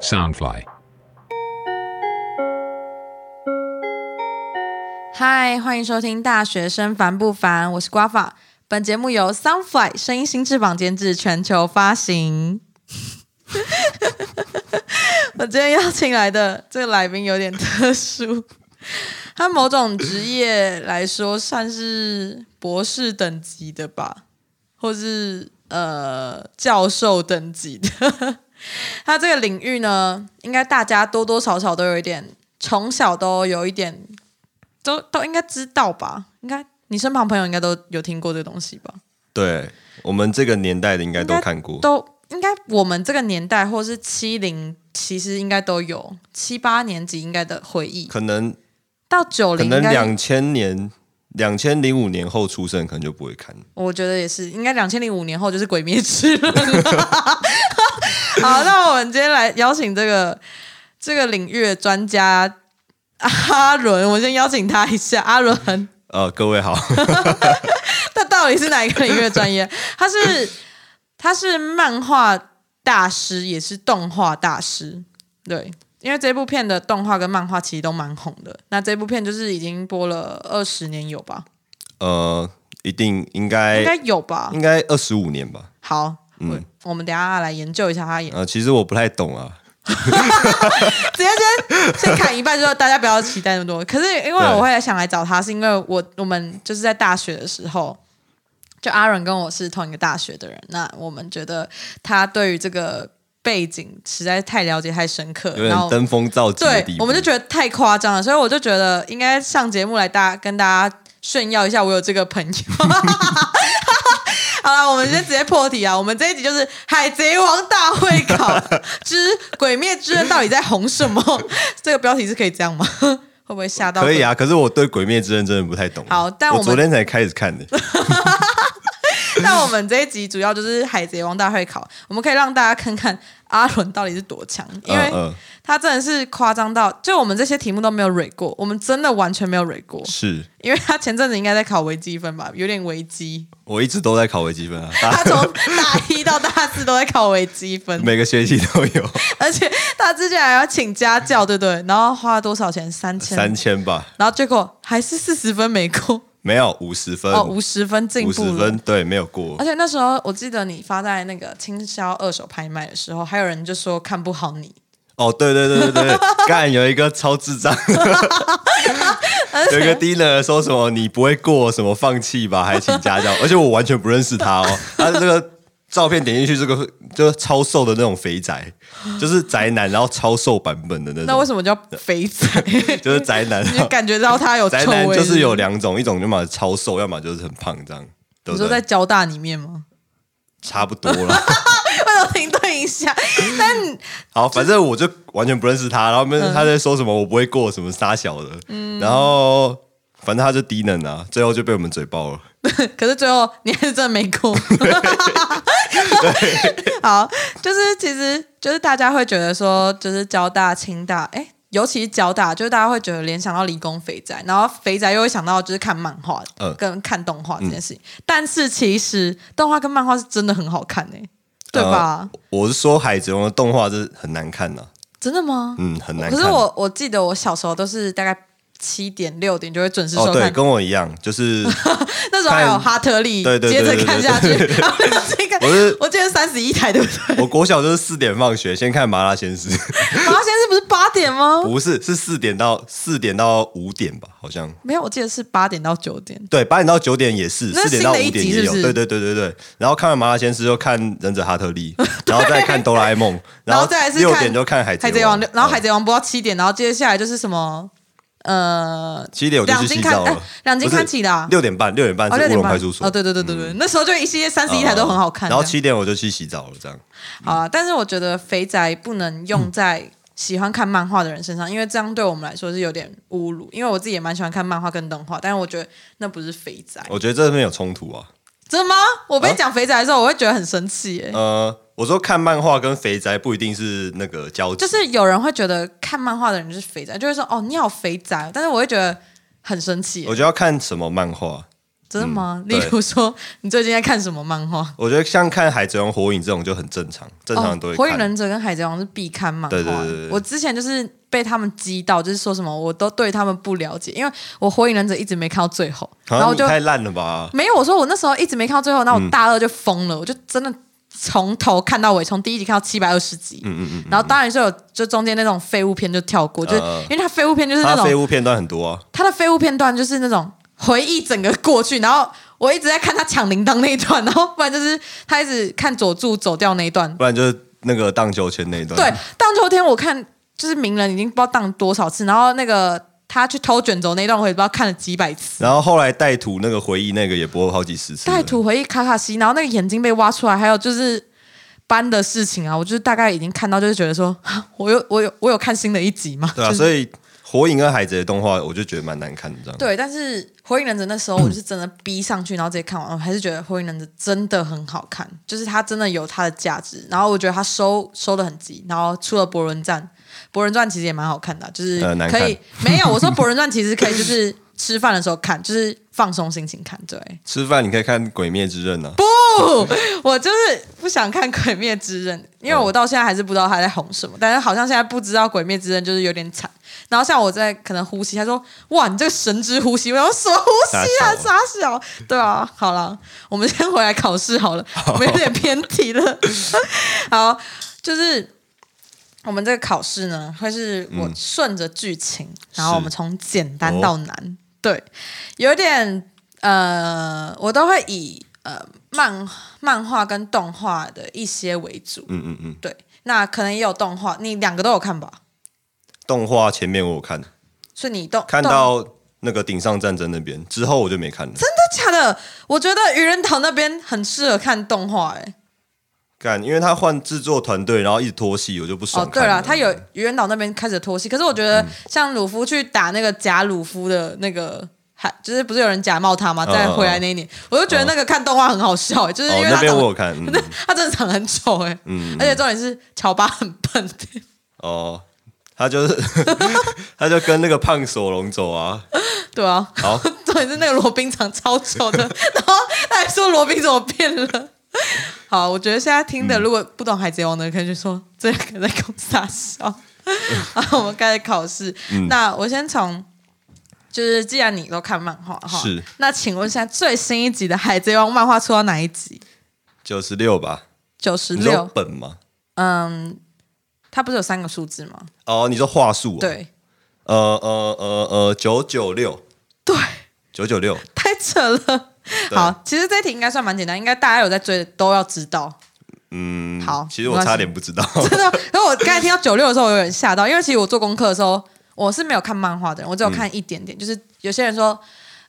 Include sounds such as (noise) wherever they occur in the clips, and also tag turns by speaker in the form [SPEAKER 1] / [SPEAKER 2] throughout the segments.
[SPEAKER 1] Soundfly.
[SPEAKER 2] 嗨，欢迎收听《大学生烦不烦》，我是瓜法。本节目由 Sunfly 声音新翅膀监制，全球发行。 (laughs) 我今天邀请来的这个来宾有点特殊，他某种职业来说算是博士等级的吧，或是呃教授等级的。 (laughs) 他这个领域呢，应该大家多多少少都有一点，从小都有一点都都应该知道吧？应该你身旁朋友应该都有听过这个东西吧？
[SPEAKER 3] 对我们这个年代的应该都看过，
[SPEAKER 2] 都应该我们这个年代或是七零，其实应该都有七八年级应该的回忆，
[SPEAKER 3] 可能
[SPEAKER 2] 到九
[SPEAKER 3] 可
[SPEAKER 2] 零
[SPEAKER 3] 能
[SPEAKER 2] 应该
[SPEAKER 3] 两千年、两千零五年后出生，可能就不会看。
[SPEAKER 2] 我觉得也是，应该两千零五年后就是《鬼灭之刃》了。 (laughs) 好，那我们今天来邀请这个这个领域的专家阿伦，我先邀请他一下，阿伦。
[SPEAKER 3] 呃，各位好， (laughs)
[SPEAKER 2] 他到底是哪一个领域的专业？他是他是漫画大师，也是动画大师。对，因为这部片的动画跟漫画其实都蛮红的。那这部片就是已经播了二十年有吧？
[SPEAKER 3] 呃，一定应
[SPEAKER 2] 应该
[SPEAKER 3] 该
[SPEAKER 2] 有吧？
[SPEAKER 3] 应该二十五年吧。
[SPEAKER 2] 好，我我们等一下来研究一下他演。
[SPEAKER 3] 呃，其实我不太懂啊，
[SPEAKER 2] 直接先先砍一半，之后大家不要期待那么多。可是因为我会想来找他，是因为我我们就是在大学的时候，就阿伦跟我是同一个大学的人，那我们觉得他对于这个背景实在太了解太深刻，
[SPEAKER 3] 有
[SPEAKER 2] 然
[SPEAKER 3] 点
[SPEAKER 2] 后。
[SPEAKER 3] 登峰造极的
[SPEAKER 2] 对
[SPEAKER 3] 地，步。
[SPEAKER 2] 我们就觉得太夸张了，所以我就觉得应该上节目来大跟大家炫耀一下，我有这个朋友。 (laughs) 好了，我们先直接破题啊！我们这一集就是《海贼王大会考之鬼灭之刃》到底在红什么？ (laughs) 这个标题是可以这样吗？ (laughs) 会不会吓到？
[SPEAKER 3] 可以。啊，可是我对《鬼灭之刃》真的不太懂。啊
[SPEAKER 2] 好但我
[SPEAKER 3] 我
[SPEAKER 2] 们
[SPEAKER 3] 昨天才开始看的。
[SPEAKER 2] 那我们这一集主要就是《海贼王大会考》，我们可以让大家看看阿伦到底是多强，因
[SPEAKER 3] 嗯
[SPEAKER 2] 为
[SPEAKER 3] 嗯，
[SPEAKER 2] 他真的是夸张到，就我们这些题目都没有蕊过，我们真的完全没有蕊过。
[SPEAKER 3] 是
[SPEAKER 2] 因为他前阵子应该在考微积分吧，有点微积。
[SPEAKER 3] 我一直都在考微积分 (laughs)
[SPEAKER 2] (laughs)
[SPEAKER 3] 啊，大
[SPEAKER 2] 他从大一到大四都在考微积分，
[SPEAKER 3] 每个学期都有
[SPEAKER 2] 而且他之前还要请家教，对不对？然后花了多少钱？三 (laughs) 千。
[SPEAKER 3] 三千吧，
[SPEAKER 2] 然后结果还是四十分没过，
[SPEAKER 3] 没有五十分，
[SPEAKER 2] 哦，五十分进
[SPEAKER 3] 呃五
[SPEAKER 2] 步
[SPEAKER 3] 十
[SPEAKER 2] 了
[SPEAKER 3] 分。对，没有过
[SPEAKER 2] 而。且那时候我记得你发在那个倾销二手拍卖的时候，还有人就说看不好你，
[SPEAKER 3] 哦，对对对对对，干有一个超
[SPEAKER 2] (laughs)
[SPEAKER 3] 智障，有一个
[SPEAKER 2] 啊
[SPEAKER 3] dealer 说什么你不会过什么放弃吧，还请家教，而且我完全不认识他哦，他这个照片点进去，这个就是超瘦的那种肥宅，就是宅男，然后超瘦版本的那
[SPEAKER 2] 那为
[SPEAKER 3] 种，
[SPEAKER 2] 什么叫肥仔？
[SPEAKER 3] (laughs) 就是宅男，哦
[SPEAKER 2] 你就感觉到他有臭
[SPEAKER 3] 宅男
[SPEAKER 2] 味，
[SPEAKER 3] 就是有
[SPEAKER 2] 不
[SPEAKER 3] 两种，一种要么超瘦，要么就是很胖这样，
[SPEAKER 2] 你
[SPEAKER 3] 对不
[SPEAKER 2] 说在
[SPEAKER 3] 对？
[SPEAKER 2] 交大里面吗？ (laughs)
[SPEAKER 3] 差不多了。
[SPEAKER 2] 我有停顿一下，但
[SPEAKER 3] 好，反正我就完全不认识他，然后他们他在说什么我不会过什么沙小的，
[SPEAKER 2] 嗯
[SPEAKER 3] 然后反正他就低能啊，最后就被我们嘴爆了。
[SPEAKER 2] 可是最后你还是真的没哭。 (laughs) 好，就是其实就是大家会觉得说，就是交大、清大，哎、尤其是交大，就是大家会觉得联想到理工肥宅，然后肥宅又会想到就是看漫画
[SPEAKER 3] 嗯
[SPEAKER 2] 跟看动画这件事情。但是其实动画跟漫画是真的很好看呢、对吧？
[SPEAKER 3] 呃我是说《海贼王》的动画是很难看呐、
[SPEAKER 2] 真的吗？
[SPEAKER 3] 嗯，很难
[SPEAKER 2] 可
[SPEAKER 3] 看。
[SPEAKER 2] 是我我记得我小时候都是大概七点六点就会准时收
[SPEAKER 3] 哦，
[SPEAKER 2] 看
[SPEAKER 3] 对，，跟我一样，就是
[SPEAKER 2] (laughs) 那时候还有
[SPEAKER 3] 看
[SPEAKER 2] 哈特利，
[SPEAKER 3] 对对对
[SPEAKER 2] 接着
[SPEAKER 3] 对
[SPEAKER 2] 看
[SPEAKER 3] 对
[SPEAKER 2] 下去，
[SPEAKER 3] (laughs)
[SPEAKER 2] 然后这个
[SPEAKER 3] 我是
[SPEAKER 2] 我记得三十一台对不对？
[SPEAKER 3] 我国小就是四点放学，先看《麻辣鲜
[SPEAKER 2] (laughs)
[SPEAKER 3] 师》，
[SPEAKER 2] 麻辣先生不是八点吗？
[SPEAKER 3] 不是是四点到四点到五点吧，好像。
[SPEAKER 2] 没有，我记得是八点到九点。
[SPEAKER 3] 对，八点到九点也是，
[SPEAKER 2] 那是
[SPEAKER 3] 四点到
[SPEAKER 2] 新的一
[SPEAKER 3] 五点
[SPEAKER 2] 集
[SPEAKER 3] 也
[SPEAKER 2] 是
[SPEAKER 3] 有。
[SPEAKER 2] 不是
[SPEAKER 3] 对对对对对。然后看完《麻辣鲜师》，就看《忍者哈特
[SPEAKER 2] (laughs)
[SPEAKER 3] 利》，然后再看《哆啦 A 梦》，
[SPEAKER 2] 然后
[SPEAKER 3] 后
[SPEAKER 2] 再来是
[SPEAKER 3] 六点就看《海
[SPEAKER 2] 海
[SPEAKER 3] 贼
[SPEAKER 2] 贼王六》，然后《海
[SPEAKER 3] 嗯
[SPEAKER 2] 贼王》播到七点，然后接下来就是什么呃，
[SPEAKER 3] 七点我就
[SPEAKER 2] 两
[SPEAKER 3] 去
[SPEAKER 2] 金
[SPEAKER 3] 洗
[SPEAKER 2] 看
[SPEAKER 3] 澡
[SPEAKER 2] 哎
[SPEAKER 3] 了，，
[SPEAKER 2] 两金
[SPEAKER 3] 不是
[SPEAKER 2] 看起的啊，
[SPEAKER 3] 六点半，六点半
[SPEAKER 2] 哦
[SPEAKER 3] 是
[SPEAKER 2] 六
[SPEAKER 3] 乌
[SPEAKER 2] 点
[SPEAKER 3] 龙
[SPEAKER 2] 半
[SPEAKER 3] 派出所嗯哦
[SPEAKER 2] 哦，对对对对对，那时候就一系列三十一台都很好看，
[SPEAKER 3] 然后
[SPEAKER 2] 这样
[SPEAKER 3] 七点我就去洗澡了，这样
[SPEAKER 2] 好啊，但是我觉得肥宅不能
[SPEAKER 3] 嗯
[SPEAKER 2] 用在喜欢看漫画的人身上，因为这样对我们来说是有点侮辱。因为我自己也蛮喜欢看漫画跟动画，但是我觉得那不是肥宅，
[SPEAKER 3] 我觉得这边有冲突啊。
[SPEAKER 2] 真的吗？我被讲肥宅的时候，我会觉得很生气、欸，
[SPEAKER 3] 呃，我说看漫画跟肥宅不一定是那个交集，
[SPEAKER 2] 就是有人会觉得看漫画的人就是肥宅，就会说哦你好肥宅，但是我会觉得很生气、欸
[SPEAKER 3] 我觉得要看什么漫画。
[SPEAKER 2] 真的吗？例
[SPEAKER 3] 嗯对
[SPEAKER 2] 如说，你最近在看什么漫画？
[SPEAKER 3] 我觉得像看《海贼王》《火影》这种就很正常，正常人都
[SPEAKER 2] 哦
[SPEAKER 3] 会、看。
[SPEAKER 2] 火影忍者》跟《海贼王》是必看漫画。
[SPEAKER 3] 对对对对对
[SPEAKER 2] 我之前就是被他们激到，就是说什么我都对他们不了解，因为我《火影忍者》一直没看到最后，
[SPEAKER 3] 好
[SPEAKER 2] 然后我就
[SPEAKER 3] 像啊你嗯太烂了吧？
[SPEAKER 2] 没有，我说我那时候一直没看到最后，然后我大二就疯了，我就真的从头看到尾，从第一集看到七百二十集。
[SPEAKER 3] 嗯嗯嗯，
[SPEAKER 2] 然后当然是有，就中间那种废物片就跳过，就是
[SPEAKER 3] 嗯嗯
[SPEAKER 2] 因为他废物 (laughs) 片就是那
[SPEAKER 3] 他废
[SPEAKER 2] 种
[SPEAKER 3] 物片段很多啊。
[SPEAKER 2] 他的废物片段就是那种回忆整个过去，然后我一直在看他抢铃铛那一段，然后不然就是他一直看佐助走掉那一段。
[SPEAKER 3] 不然就是那个荡秋千那一段。
[SPEAKER 2] 对，荡秋千我看就是鸣人已经不知道荡多少次，然后那个他去偷卷轴那一段我也不知道看了几百次。
[SPEAKER 3] 然后后来带土那个回忆那个也播了好几十次了。
[SPEAKER 2] 带土回忆卡卡西，然后那个眼睛被挖出来，还有就是班的事情啊，我就是大概已经看到，就是觉得说， (laughs) 啊我有我有我有看新的一集嘛，
[SPEAKER 3] 对啊，
[SPEAKER 2] 就是
[SPEAKER 3] 所以《火影》跟《海贼》的动画我就觉得蛮难看的这样。
[SPEAKER 2] 对，但是《火影忍者》那时候我就是真的逼上去，然后直接看完，我还是觉得《火影忍者》真的很好看，就是它真的有它的价值。然后我觉得它收收的很急，然后出了《博人传》，《博人传》其实也蛮好看的，啊就是
[SPEAKER 3] 呃难
[SPEAKER 2] 可
[SPEAKER 3] 看
[SPEAKER 2] 以、没有我说《博人传》其实可以就是吃饭的时候看，就是放松心情看。对，
[SPEAKER 3] 吃饭你可以看《鬼灭之刃》啊，
[SPEAKER 2] 不，我就是不想看《鬼灭之刃》，因为我到现在还是不知道他在红什么，但是好像现在不知道《鬼灭之刃》就是有点惨。然后像我在可能呼吸，他说：“哇，你这个神之呼吸！”我说：“什么呼吸啊，傻
[SPEAKER 3] 傻
[SPEAKER 2] 小。”对啊，好了，我们先回来考试好了，我们有点偏题了。 (laughs) 好，就是我们这个考试呢，会是我顺着剧情，然后我们从简单到难，
[SPEAKER 3] 哦
[SPEAKER 2] 对，有点呃，我都会以呃漫漫画跟动画的一些为主，
[SPEAKER 3] 嗯嗯嗯，
[SPEAKER 2] 对，那可能也有动画，你两个都有看吧？
[SPEAKER 3] 动画前面我有看，
[SPEAKER 2] 所以你动
[SPEAKER 3] 看
[SPEAKER 2] 动
[SPEAKER 3] 到那个顶上战争那边之后我就没看了。
[SPEAKER 2] 真的假的？我觉得愚人岛那边很适合看动画、欸，哎，
[SPEAKER 3] 干，因为他换制作团队，然后一直拖戏，我就不
[SPEAKER 2] 哦，
[SPEAKER 3] 爽看。嗯
[SPEAKER 2] 对了，他有愚人岛那边开始拖戏，可是我觉得像鲁夫去打那个假鲁夫的那个。还就是不是有人假冒他吗？
[SPEAKER 3] 嗯
[SPEAKER 2] 再回来那一年，我就觉得那个看动画很好笑、欸，就是因
[SPEAKER 3] 哦，
[SPEAKER 2] 为他
[SPEAKER 3] 那边
[SPEAKER 2] 长得
[SPEAKER 3] 我
[SPEAKER 2] (laughs)
[SPEAKER 3] 有看，嗯
[SPEAKER 2] 他真的长得很丑哎、
[SPEAKER 3] 嗯
[SPEAKER 2] 而且重点是乔巴很笨，
[SPEAKER 3] 哦，他就是 (laughs) 他就跟那个胖索隆走啊，
[SPEAKER 2] 对啊，
[SPEAKER 3] 好，
[SPEAKER 2] (laughs) 重点是那个罗宾长超丑
[SPEAKER 3] (laughs)
[SPEAKER 2] 的，然后他还说罗宾怎么变了。好，我觉得现在听的如果不懂海贼王的，可以就说这个在搞傻笑。好，我们开始考试。
[SPEAKER 3] 嗯
[SPEAKER 2] 那我先从，就是既然你都看漫画哈，
[SPEAKER 3] 是
[SPEAKER 2] 那请问现在最新一集的海贼王漫画出到哪一集？
[SPEAKER 3] 九十六吧，
[SPEAKER 2] 九十
[SPEAKER 3] 你说
[SPEAKER 2] 六。
[SPEAKER 3] 本吗？
[SPEAKER 2] 嗯，它不是有三个数字吗？
[SPEAKER 3] 哦，你说话术、哦？，
[SPEAKER 2] 对
[SPEAKER 3] 呃呃呃呃，九九六，
[SPEAKER 2] 对，
[SPEAKER 3] 九九六，
[SPEAKER 2] 太扯了。
[SPEAKER 3] 对
[SPEAKER 2] 好，其实这一题应该算蛮简单，应该大家有在追的都要知道。
[SPEAKER 3] 嗯，
[SPEAKER 2] 好
[SPEAKER 3] 其
[SPEAKER 2] 没
[SPEAKER 3] 实我
[SPEAKER 2] 关系
[SPEAKER 3] 差点不知道，
[SPEAKER 2] (laughs) 真的。可是我刚才听到九六的时候，我有点吓到，因为其实我做功课的时候，我是没有看漫画的人，我只有看一点点。就是有些人说，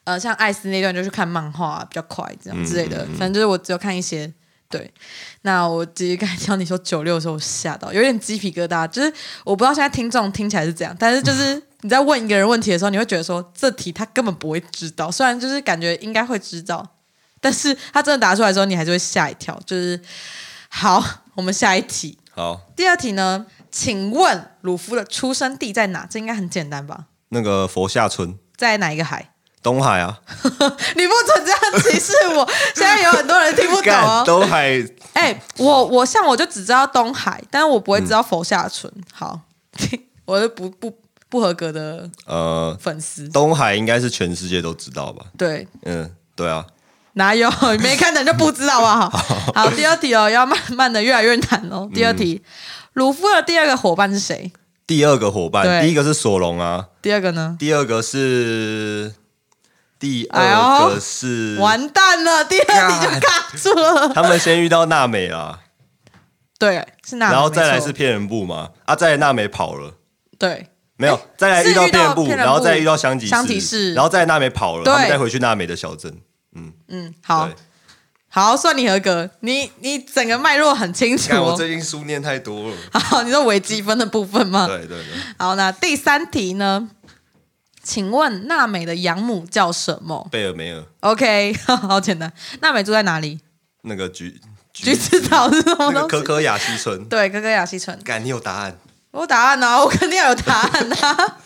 [SPEAKER 2] 呃，像艾斯那段就去看漫画、比较快，这样之类的。反正就是我只有看一些。对，那我其实刚才听到你说九六的时候，我吓到，有点鸡皮疙瘩。就是我不知道现在听众听起来是这样，但是就是你在问一个人问题的时候，你会觉得说这题他根本不会知道，虽然就是感觉应该会知道，但是他真的答出来的时候，你还是会吓一跳。就是好，我们下一题。
[SPEAKER 3] (laughs) 好，
[SPEAKER 2] 第二题呢？请问鲁夫的出生地在哪？这应该很简单吧？
[SPEAKER 3] 那个佛下村。
[SPEAKER 2] 在哪一个海？ (laughs)
[SPEAKER 3] 东海啊，
[SPEAKER 2] 你不准这样歧视我！现在有很多人听不懂
[SPEAKER 3] 干
[SPEAKER 2] 哦。
[SPEAKER 3] 东海，
[SPEAKER 2] 哎、我我像我就只知道东海，但是我不会知道佛下村。好， (laughs) 我是不不不合格的
[SPEAKER 3] 呃，
[SPEAKER 2] 粉丝。
[SPEAKER 3] 东海应该是全世界都知道吧？
[SPEAKER 2] 对，
[SPEAKER 3] 嗯，对啊，
[SPEAKER 2] 哪有 (laughs) 没看的人就不知道啊好不好？好，第二题哦，要慢慢的越来越难哦。第二题，鲁夫的第二个伙伴是谁？
[SPEAKER 3] 第二个伙伴，
[SPEAKER 2] 对
[SPEAKER 3] 第一个是索隆啊，
[SPEAKER 2] 第二个呢？
[SPEAKER 3] 第二个是，第
[SPEAKER 2] 哎
[SPEAKER 3] 二
[SPEAKER 2] 呦
[SPEAKER 3] 个是，
[SPEAKER 2] 完蛋了，第二题就卡住了。
[SPEAKER 3] 他们先遇到娜美
[SPEAKER 2] (laughs)
[SPEAKER 3] 啦，
[SPEAKER 2] 对，是哪？
[SPEAKER 3] 然后再来
[SPEAKER 2] 没错
[SPEAKER 3] 是骗人部嘛，啊，再来娜美跑了。
[SPEAKER 2] 对
[SPEAKER 3] 没有
[SPEAKER 2] 诶，
[SPEAKER 3] 再来
[SPEAKER 2] 哎是
[SPEAKER 3] 遇到
[SPEAKER 2] 遇到
[SPEAKER 3] 遍布，
[SPEAKER 2] 骗人
[SPEAKER 3] 然后
[SPEAKER 2] 部
[SPEAKER 3] 再遇到香吉
[SPEAKER 2] 香吉士
[SPEAKER 3] 然后再来娜美跑了，
[SPEAKER 2] 对
[SPEAKER 3] 他们再回去娜美的小镇。
[SPEAKER 2] 嗯，好
[SPEAKER 3] 对，
[SPEAKER 2] 好，算你合格，你你整个脉络很清楚、
[SPEAKER 3] 看我
[SPEAKER 2] 哦。
[SPEAKER 3] 最近书念太多了。
[SPEAKER 2] (laughs) 好，你说微积分的部分吗？
[SPEAKER 3] 对对对，
[SPEAKER 2] 好，那第三题呢？请问娜美的养母叫什么
[SPEAKER 3] 贝尔梅尔
[SPEAKER 2] ？OK，好 (laughs) 简单。娜美住在哪里？
[SPEAKER 3] 那个橘
[SPEAKER 2] 橘子岛是什么
[SPEAKER 3] 那
[SPEAKER 2] 东
[SPEAKER 3] 个可
[SPEAKER 2] 西？
[SPEAKER 3] 可雅西村，
[SPEAKER 2] 对，哥哥雅西村。
[SPEAKER 3] 感你有答案？
[SPEAKER 2] (laughs) 我有答案呢、啊，我肯定要有答案呢、啊。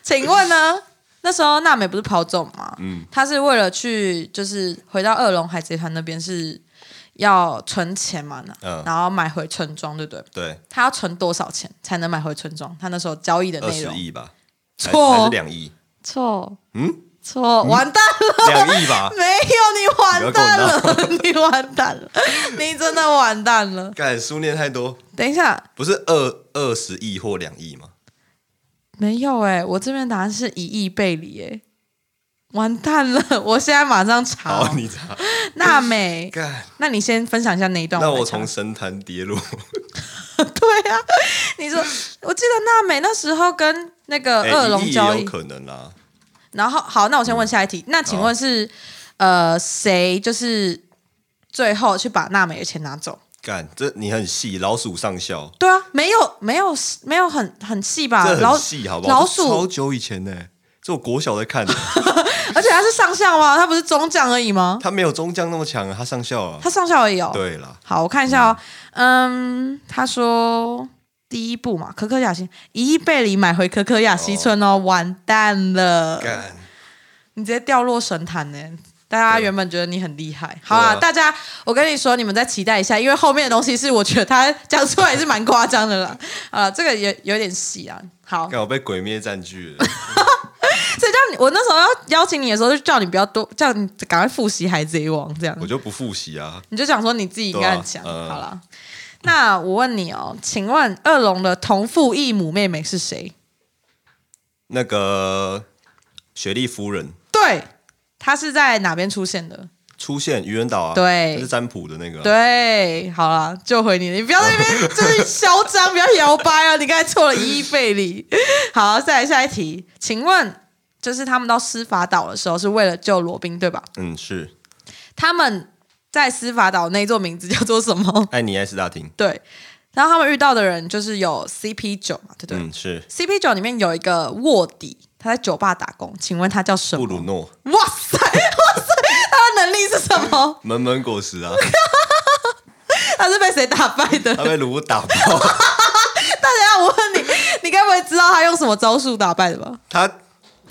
[SPEAKER 2] 请问呢，那时候娜美不是跑走嘛，
[SPEAKER 3] 嗯
[SPEAKER 2] 她是为了去就是回到二龙海贼团那边是要存钱嘛，
[SPEAKER 3] 嗯
[SPEAKER 2] 然后买回村庄，对不对？
[SPEAKER 3] 对，
[SPEAKER 2] 她要存多少钱才能买回村庄？她那时候交易的
[SPEAKER 3] 二
[SPEAKER 2] 内
[SPEAKER 3] 十
[SPEAKER 2] 容
[SPEAKER 3] 亿吧，还
[SPEAKER 2] 错
[SPEAKER 3] 还是两亿，
[SPEAKER 2] 错
[SPEAKER 3] 嗯，
[SPEAKER 2] 错，完蛋了，，
[SPEAKER 3] 两亿吧
[SPEAKER 2] 没有你完蛋
[SPEAKER 3] 你不
[SPEAKER 2] 了，你完蛋了，你真的完蛋了。
[SPEAKER 3] 干书念太多，
[SPEAKER 2] 等一下，
[SPEAKER 3] 不是二二十亿或两亿吗？
[SPEAKER 2] 没有哎、我这边答案是一亿贝里哎、完蛋了！ (laughs) 我现在马上查
[SPEAKER 3] 好，
[SPEAKER 2] 哦。
[SPEAKER 3] 你查，
[SPEAKER 2] (laughs) 娜美，
[SPEAKER 3] 干，
[SPEAKER 2] 那你先分享一下那一段。
[SPEAKER 3] 那
[SPEAKER 2] 我
[SPEAKER 3] 我
[SPEAKER 2] 来查
[SPEAKER 3] 从神坛跌落，
[SPEAKER 2] 对啊，你说，我记得娜美那时候跟那个
[SPEAKER 3] 哎
[SPEAKER 2] 恶
[SPEAKER 3] 一
[SPEAKER 2] 呃龙
[SPEAKER 3] 亿
[SPEAKER 2] 交
[SPEAKER 3] 也有
[SPEAKER 2] 易，
[SPEAKER 3] 可能啊嗯啦，
[SPEAKER 2] 然后好，那我先问下一题。那请问是呃谁就是最后去把娜美的钱拿走？
[SPEAKER 3] 干，这你很细，老鼠上校，
[SPEAKER 2] 对啊，没有没有没有很很细吧？
[SPEAKER 3] 这
[SPEAKER 2] 啊老
[SPEAKER 3] 很细，好不好？
[SPEAKER 2] 老
[SPEAKER 3] 这超
[SPEAKER 2] 鼠，
[SPEAKER 3] 久以前呢，这我国小在看的，
[SPEAKER 2] 而且他是上校吗？他不是中将而已吗？
[SPEAKER 3] 他没有中将那么强，啊，他上校啊，
[SPEAKER 2] 他上校而已哦。
[SPEAKER 3] (laughs) 对啦，
[SPEAKER 2] 好，我看一下哦。嗯，他说第一步嘛，可可亚西一亿贝里买回可可亚西村哦，完蛋了，
[SPEAKER 3] 干，
[SPEAKER 2] 你直接掉落神坛呢。大家
[SPEAKER 3] 对
[SPEAKER 2] 原本觉得你很厉害，好啦，
[SPEAKER 3] 对啊
[SPEAKER 2] 大家，我跟你说，你们再期待一下，因为后面的东西是我觉得他讲出来也是蛮夸张的啦。 (laughs) 啊，这个也有点细啊。好，
[SPEAKER 3] 干我被鬼灭占据了，
[SPEAKER 2] 所以叫你，我那时候要邀请你的时候，就叫你不要多，叫你赶快复习《海贼王》这样
[SPEAKER 3] 我。就不复习啊，
[SPEAKER 2] 你就讲说你自己应该很强，
[SPEAKER 3] 对啊呃
[SPEAKER 2] 好了。那我问你哦，请问二龙的同父异母妹妹是谁？
[SPEAKER 3] 那个雪莉夫人。
[SPEAKER 2] 对，她是在哪边出现的？
[SPEAKER 3] 出现愚人岛啊，
[SPEAKER 2] 对
[SPEAKER 3] 那是占卜的那个啊、
[SPEAKER 2] 对，好啦，救回你了，你不要在那边就是嚣张，不要摇摆啊！你刚才错了一亿倍里。 (laughs) 好，再来下一题，请问就是他们到司法岛的时候是为了救罗宾对吧？
[SPEAKER 3] 嗯，是
[SPEAKER 2] 他们在司法岛那一座名字叫做什么？ (laughs)
[SPEAKER 3] 艾尼埃斯大厅，
[SPEAKER 2] 对，然后他们遇到的人就是有 CP 九嘛，对不对？
[SPEAKER 3] 嗯，是
[SPEAKER 2] CP 九里面有一个卧底，他在酒吧打工，请问他叫什
[SPEAKER 3] 布
[SPEAKER 2] 么？
[SPEAKER 3] 鲁诺
[SPEAKER 2] 哇塞，哇塞，他的能力是什
[SPEAKER 3] (laughs)
[SPEAKER 2] 么？
[SPEAKER 3] 门门果实啊，
[SPEAKER 2] 他是被谁打败的？
[SPEAKER 3] 他被卢打爆，
[SPEAKER 2] 大
[SPEAKER 3] (laughs)
[SPEAKER 2] 家，我问你，你该不会知道他用什么招数打败的吧？
[SPEAKER 3] 他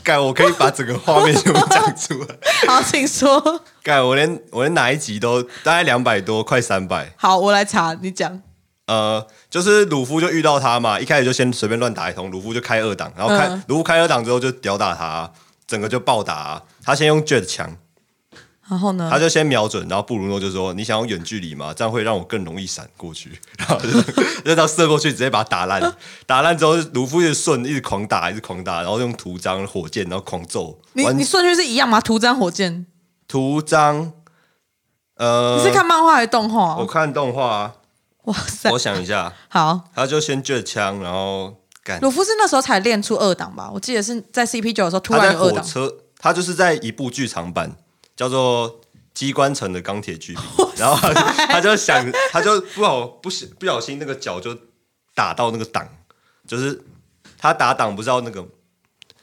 [SPEAKER 3] 盖我可以把整个画面全部讲出来， (laughs)
[SPEAKER 2] 好，请说。
[SPEAKER 3] 盖我连我连哪一集都大概两百多，快三百，
[SPEAKER 2] 好，我来查，你讲。
[SPEAKER 3] 呃，就是鲁夫就遇到他嘛，一开始就先随便乱打一通，鲁夫就开二档，然后开、
[SPEAKER 2] 嗯
[SPEAKER 3] 鲁夫开二档之后就吊打他，整个就暴打、啊他先用 jet 枪，
[SPEAKER 2] 然后呢
[SPEAKER 3] 他？就先瞄准，然后布鲁诺就说：“你想要远距离吗？这样会让我更容易闪过去。” (laughs) 然后就就到射过去，直接把他
[SPEAKER 2] (laughs)
[SPEAKER 3] 打烂。打烂之后，卢夫一直顺，一直狂打，一直狂打，然后用图章、火箭，然后狂揍。
[SPEAKER 2] 你
[SPEAKER 3] 完
[SPEAKER 2] 你顺序是一样吗？图章火箭，
[SPEAKER 3] 图章，呃，
[SPEAKER 2] 你是看漫画还是动画
[SPEAKER 3] 我
[SPEAKER 2] 哦？
[SPEAKER 3] 看动画、啊，
[SPEAKER 2] 哇塞
[SPEAKER 3] 我，想一下，
[SPEAKER 2] 好，
[SPEAKER 3] 他就先撅枪，然后干，
[SPEAKER 2] 鲁夫是那时候才练出二档吧？我记得是在 CP 九的时候突
[SPEAKER 3] 他
[SPEAKER 2] 然
[SPEAKER 3] 在
[SPEAKER 2] 有二
[SPEAKER 3] 火
[SPEAKER 2] 档。
[SPEAKER 3] 车，他就是在一部剧场版叫做《机关城的钢铁巨兵》，
[SPEAKER 2] (laughs)
[SPEAKER 3] 然后他就他就想，他就不好不小不小心那个脚就打到那个档，就是他打档不是要那个，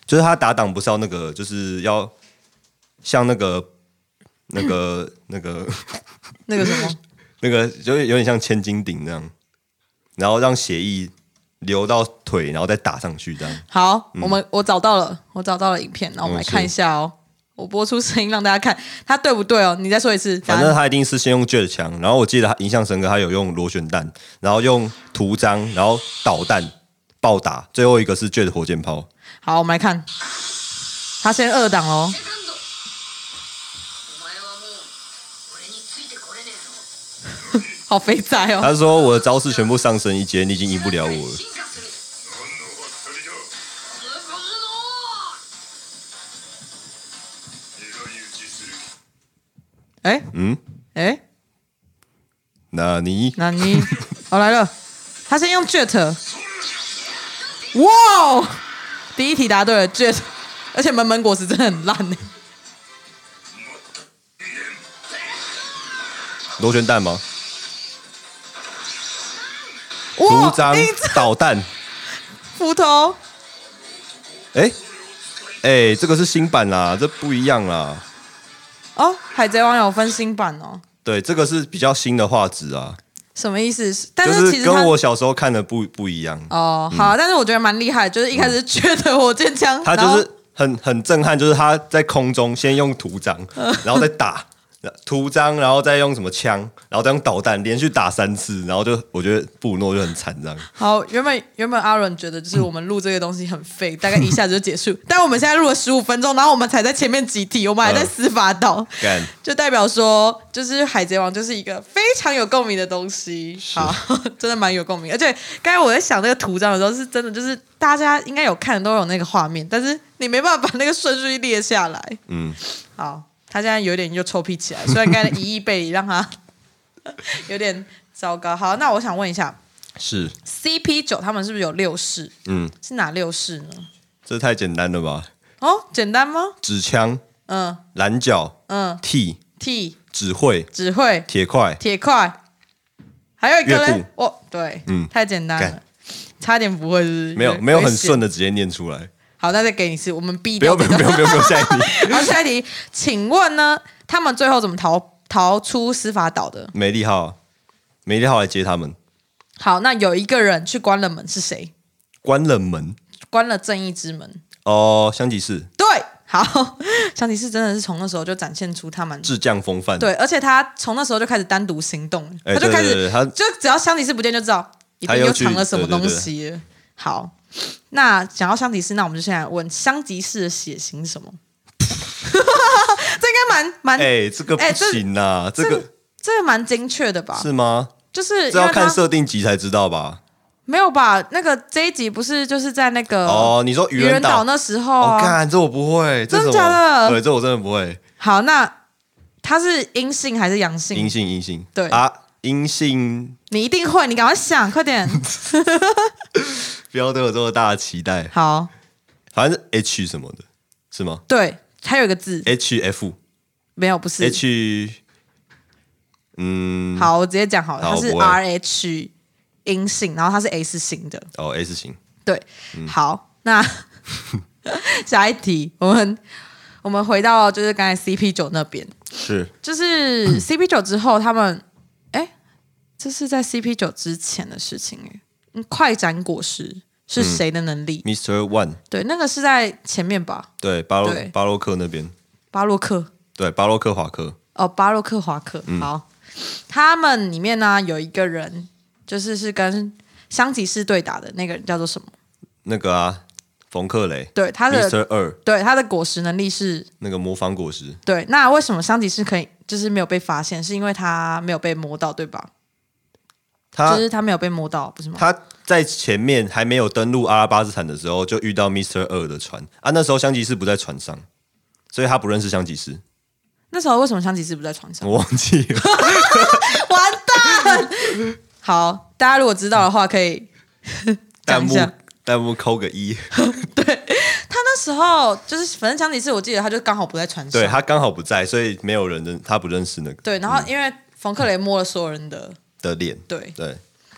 [SPEAKER 3] 就是他打档不是要那个，就是要像那个那
[SPEAKER 2] (laughs)
[SPEAKER 3] 个那个
[SPEAKER 2] 那个什么，
[SPEAKER 3] 那个，就是有点像千斤顶那样，然后让血液流到腿，然后再打上去这样。
[SPEAKER 2] 好，我们我找到了，我找到了影片，然后我们来
[SPEAKER 3] 嗯嗯是
[SPEAKER 2] 看一下哦。我播出声音让大家看，它对不对哦？你再说一次，答
[SPEAKER 3] 反
[SPEAKER 2] 案
[SPEAKER 3] 正他一定是先用 jet 枪，然后我记得他印象深刻，他有用螺旋弹，然后用图章，然后导弹暴打，最后一个是 jet 火箭
[SPEAKER 2] 哦
[SPEAKER 3] 炮。
[SPEAKER 2] 好，我们来看，他先二档哦， (laughs)
[SPEAKER 1] お前はもう俺についてこれねえぞ
[SPEAKER 2] 好肥仔哦。
[SPEAKER 3] 他说我的招式全部上升一阶，你已经赢不了我了。
[SPEAKER 1] 進化するすごい
[SPEAKER 2] 哎
[SPEAKER 3] 嗯，
[SPEAKER 2] 哎，
[SPEAKER 3] 那
[SPEAKER 2] (laughs)
[SPEAKER 3] 你
[SPEAKER 2] 那
[SPEAKER 3] (laughs)
[SPEAKER 2] 你我来了，他先用 jet，哇哦，第一题答对了 jet，而且门门果实真的很烂欸呢。
[SPEAKER 3] 螺旋弹吗？
[SPEAKER 2] 哇
[SPEAKER 3] 图，章
[SPEAKER 2] 哦硬着
[SPEAKER 3] 导弹，
[SPEAKER 2] 斧头，
[SPEAKER 3] 哎、哎、这个是新版啦，这不一样啦。
[SPEAKER 2] 哦，海贼王有分新版哦，
[SPEAKER 3] 对，这个是比较新的画质啊，
[SPEAKER 2] 什么意思？但
[SPEAKER 3] 就是
[SPEAKER 2] 其
[SPEAKER 3] 是
[SPEAKER 2] 实它
[SPEAKER 3] 跟我小时候看的不不一样。
[SPEAKER 2] 哦，好啊，但是我觉得蛮厉害的，就是一开始觉得火箭枪，
[SPEAKER 3] 他
[SPEAKER 2] 然
[SPEAKER 3] 就
[SPEAKER 2] 后
[SPEAKER 3] 是很很震撼，就是他在空中先用图章，
[SPEAKER 2] 嗯
[SPEAKER 3] 然后再打图章，然后再用什么枪，然后再用导弹，连续打三次，然后就我觉得布鲁诺就很惨这样。
[SPEAKER 2] 好，原本原本阿伦觉得就是我们录这个东西很废，大概一下子就结
[SPEAKER 3] (laughs)
[SPEAKER 2] 束，但我们现在录了十五分钟，然后我们才在前面集体，我们还在司法岛，
[SPEAKER 3] 干
[SPEAKER 2] 就代表说，就是《海贼王》就是一个非常有共鸣的东西，好， (laughs) 真的蛮有共鸣。而且刚才我在想那个图章的时候，是真的就是大家应该有看都有那个画面，但是你没办法把那个顺序列下来。
[SPEAKER 3] 嗯，
[SPEAKER 2] 好，他现在有点又臭屁起来，虽然刚才的一亿倍让他 (laughs) 有点糟糕。好，那我想问一下
[SPEAKER 3] 是，
[SPEAKER 2] ，CP 九他们是不是有六式？
[SPEAKER 3] 嗯，
[SPEAKER 2] 是哪六式呢？
[SPEAKER 3] 这太简单了吧？
[SPEAKER 2] 哦，简单吗？
[SPEAKER 3] 纸枪、
[SPEAKER 2] 嗯
[SPEAKER 3] 蓝角、
[SPEAKER 2] 嗯
[SPEAKER 3] 剃、
[SPEAKER 2] ，T
[SPEAKER 3] 指挥、
[SPEAKER 2] 只会
[SPEAKER 3] 铁块，
[SPEAKER 2] 铁块，还有一个
[SPEAKER 3] 乐
[SPEAKER 2] 嘞
[SPEAKER 3] 谱，
[SPEAKER 2] 哦，对，
[SPEAKER 3] 嗯
[SPEAKER 2] 太简单了
[SPEAKER 3] 干，
[SPEAKER 2] 差点不会是不是
[SPEAKER 3] 没有没有很顺。
[SPEAKER 2] 危险
[SPEAKER 3] 的直接念出来。
[SPEAKER 2] 好，那再给你一次，我们逼
[SPEAKER 3] 不要
[SPEAKER 2] 掉
[SPEAKER 3] 不
[SPEAKER 2] 这
[SPEAKER 3] 要
[SPEAKER 2] 个
[SPEAKER 3] 不要不要不要下一题，
[SPEAKER 2] (laughs) 好，下一题，请问呢，他们最后怎么逃逃出司法岛的？
[SPEAKER 3] 梅利号，梅利号来接他们，
[SPEAKER 2] 好，那有一个人去关了门，是谁？
[SPEAKER 3] 关了门
[SPEAKER 2] 关了正义之门。
[SPEAKER 3] 哦，香吉士
[SPEAKER 2] 对，好， (laughs) 香吉士真的是从那时候就展现出他们
[SPEAKER 3] 智将风范，
[SPEAKER 2] 对，而且他从那时候就开始单独行动，
[SPEAKER 3] 哎
[SPEAKER 2] 他就开始
[SPEAKER 3] 对对对他
[SPEAKER 2] 就只要香吉士不见就知道一
[SPEAKER 3] 他
[SPEAKER 2] 定
[SPEAKER 3] 又
[SPEAKER 2] 又
[SPEAKER 3] 去
[SPEAKER 2] 藏了什么
[SPEAKER 3] 对对
[SPEAKER 2] 东
[SPEAKER 3] 对
[SPEAKER 2] 西了好，那讲到香吉士，那我们就现在问香吉士的血型是什么？ (laughs) 这应该蛮蛮、
[SPEAKER 3] 哎，这个不
[SPEAKER 2] 哎这
[SPEAKER 3] 行呐，这个
[SPEAKER 2] 这个蛮精确的吧？
[SPEAKER 3] 是吗？
[SPEAKER 2] 就是
[SPEAKER 3] 这
[SPEAKER 2] 因
[SPEAKER 3] 要
[SPEAKER 2] 为
[SPEAKER 3] 看
[SPEAKER 2] 他
[SPEAKER 3] 设定集才知道吧？
[SPEAKER 2] 没有吧？那个这一集不是就是在那个
[SPEAKER 3] 哦，你说
[SPEAKER 2] 愚
[SPEAKER 3] 愚人
[SPEAKER 2] 岛
[SPEAKER 3] 岛？
[SPEAKER 2] 那时候
[SPEAKER 3] 哦，
[SPEAKER 2] 啊？
[SPEAKER 3] 干，这我不会，这
[SPEAKER 2] 真的
[SPEAKER 3] 什么
[SPEAKER 2] 假的
[SPEAKER 3] 对，这我真的不会。
[SPEAKER 2] 好，那他是阴性还是阳性
[SPEAKER 3] 阴？性阴性，
[SPEAKER 2] 嗯对
[SPEAKER 3] 啊，阴性
[SPEAKER 2] 你一定会，你赶快想，快
[SPEAKER 3] (laughs)
[SPEAKER 2] 点。
[SPEAKER 3] 不要对我这么大的期待，
[SPEAKER 2] 好，
[SPEAKER 3] 反正是 H 什么的，是吗
[SPEAKER 2] 对，还有一个字
[SPEAKER 3] ？H F
[SPEAKER 2] 没有，不是
[SPEAKER 3] H，嗯，
[SPEAKER 2] 好，我直接讲好了，
[SPEAKER 3] 好
[SPEAKER 2] 它是
[SPEAKER 3] 我不会
[SPEAKER 2] R H 阴性，然后它是 S 型的，
[SPEAKER 3] 哦 S 型，
[SPEAKER 2] 对，
[SPEAKER 3] 嗯
[SPEAKER 2] 好，
[SPEAKER 3] (laughs)
[SPEAKER 2] 那下一题，我们我们回到就是刚才 CP 九那边，
[SPEAKER 3] 是
[SPEAKER 2] 就是
[SPEAKER 3] (coughs)
[SPEAKER 2] CP 九之后，他们哎，这是在 CP 九之前的事情哎，嗯，快斩果实是
[SPEAKER 3] 嗯
[SPEAKER 2] 谁的能力？
[SPEAKER 3] Mr. One，
[SPEAKER 2] 对，那个是在前面吧，
[SPEAKER 3] 对，巴洛
[SPEAKER 2] 对
[SPEAKER 3] 巴洛克那边，
[SPEAKER 2] 巴洛克，
[SPEAKER 3] 对，巴洛克华克，
[SPEAKER 2] 哦，巴洛克华克。
[SPEAKER 3] 嗯
[SPEAKER 2] 好，他们里面呢、有一个人，就是是跟香吉士对打的那个人叫做什么？那
[SPEAKER 3] 那个啊，冯克雷，
[SPEAKER 2] 对他的
[SPEAKER 3] ，Mr. 二，
[SPEAKER 2] 对他的果实能力是
[SPEAKER 3] 那个魔方果实，
[SPEAKER 2] 对。那为什么香吉士可以就是没有被发现？是因为他没有被摸到，对吧？
[SPEAKER 3] 他
[SPEAKER 2] 就是他没有被摸到，不是吗？
[SPEAKER 3] 他在前面还没有登陆阿拉巴斯坦的时候，就遇到 Mr. 二的船啊，那时候香吉士不在船上，所以他不认识香吉士，
[SPEAKER 2] 那时候为什么香吉士不在床上？
[SPEAKER 3] (laughs) 我忘记了，
[SPEAKER 2] 完
[SPEAKER 3] (laughs)
[SPEAKER 2] 蛋！好，大家如果知道的话，可以
[SPEAKER 3] 弹
[SPEAKER 2] 讲一
[SPEAKER 3] 幕
[SPEAKER 2] 下。
[SPEAKER 3] 弹幕扣个
[SPEAKER 2] (laughs)
[SPEAKER 3] 一，
[SPEAKER 2] 他那时候就是，反正香吉士，我记得他就刚好不在船上。
[SPEAKER 3] 对他刚好不在，所以没有人认他不认识那个
[SPEAKER 2] 对，然后因为冯克雷摸了所有人的
[SPEAKER 3] 的脸，
[SPEAKER 2] 对
[SPEAKER 3] 对，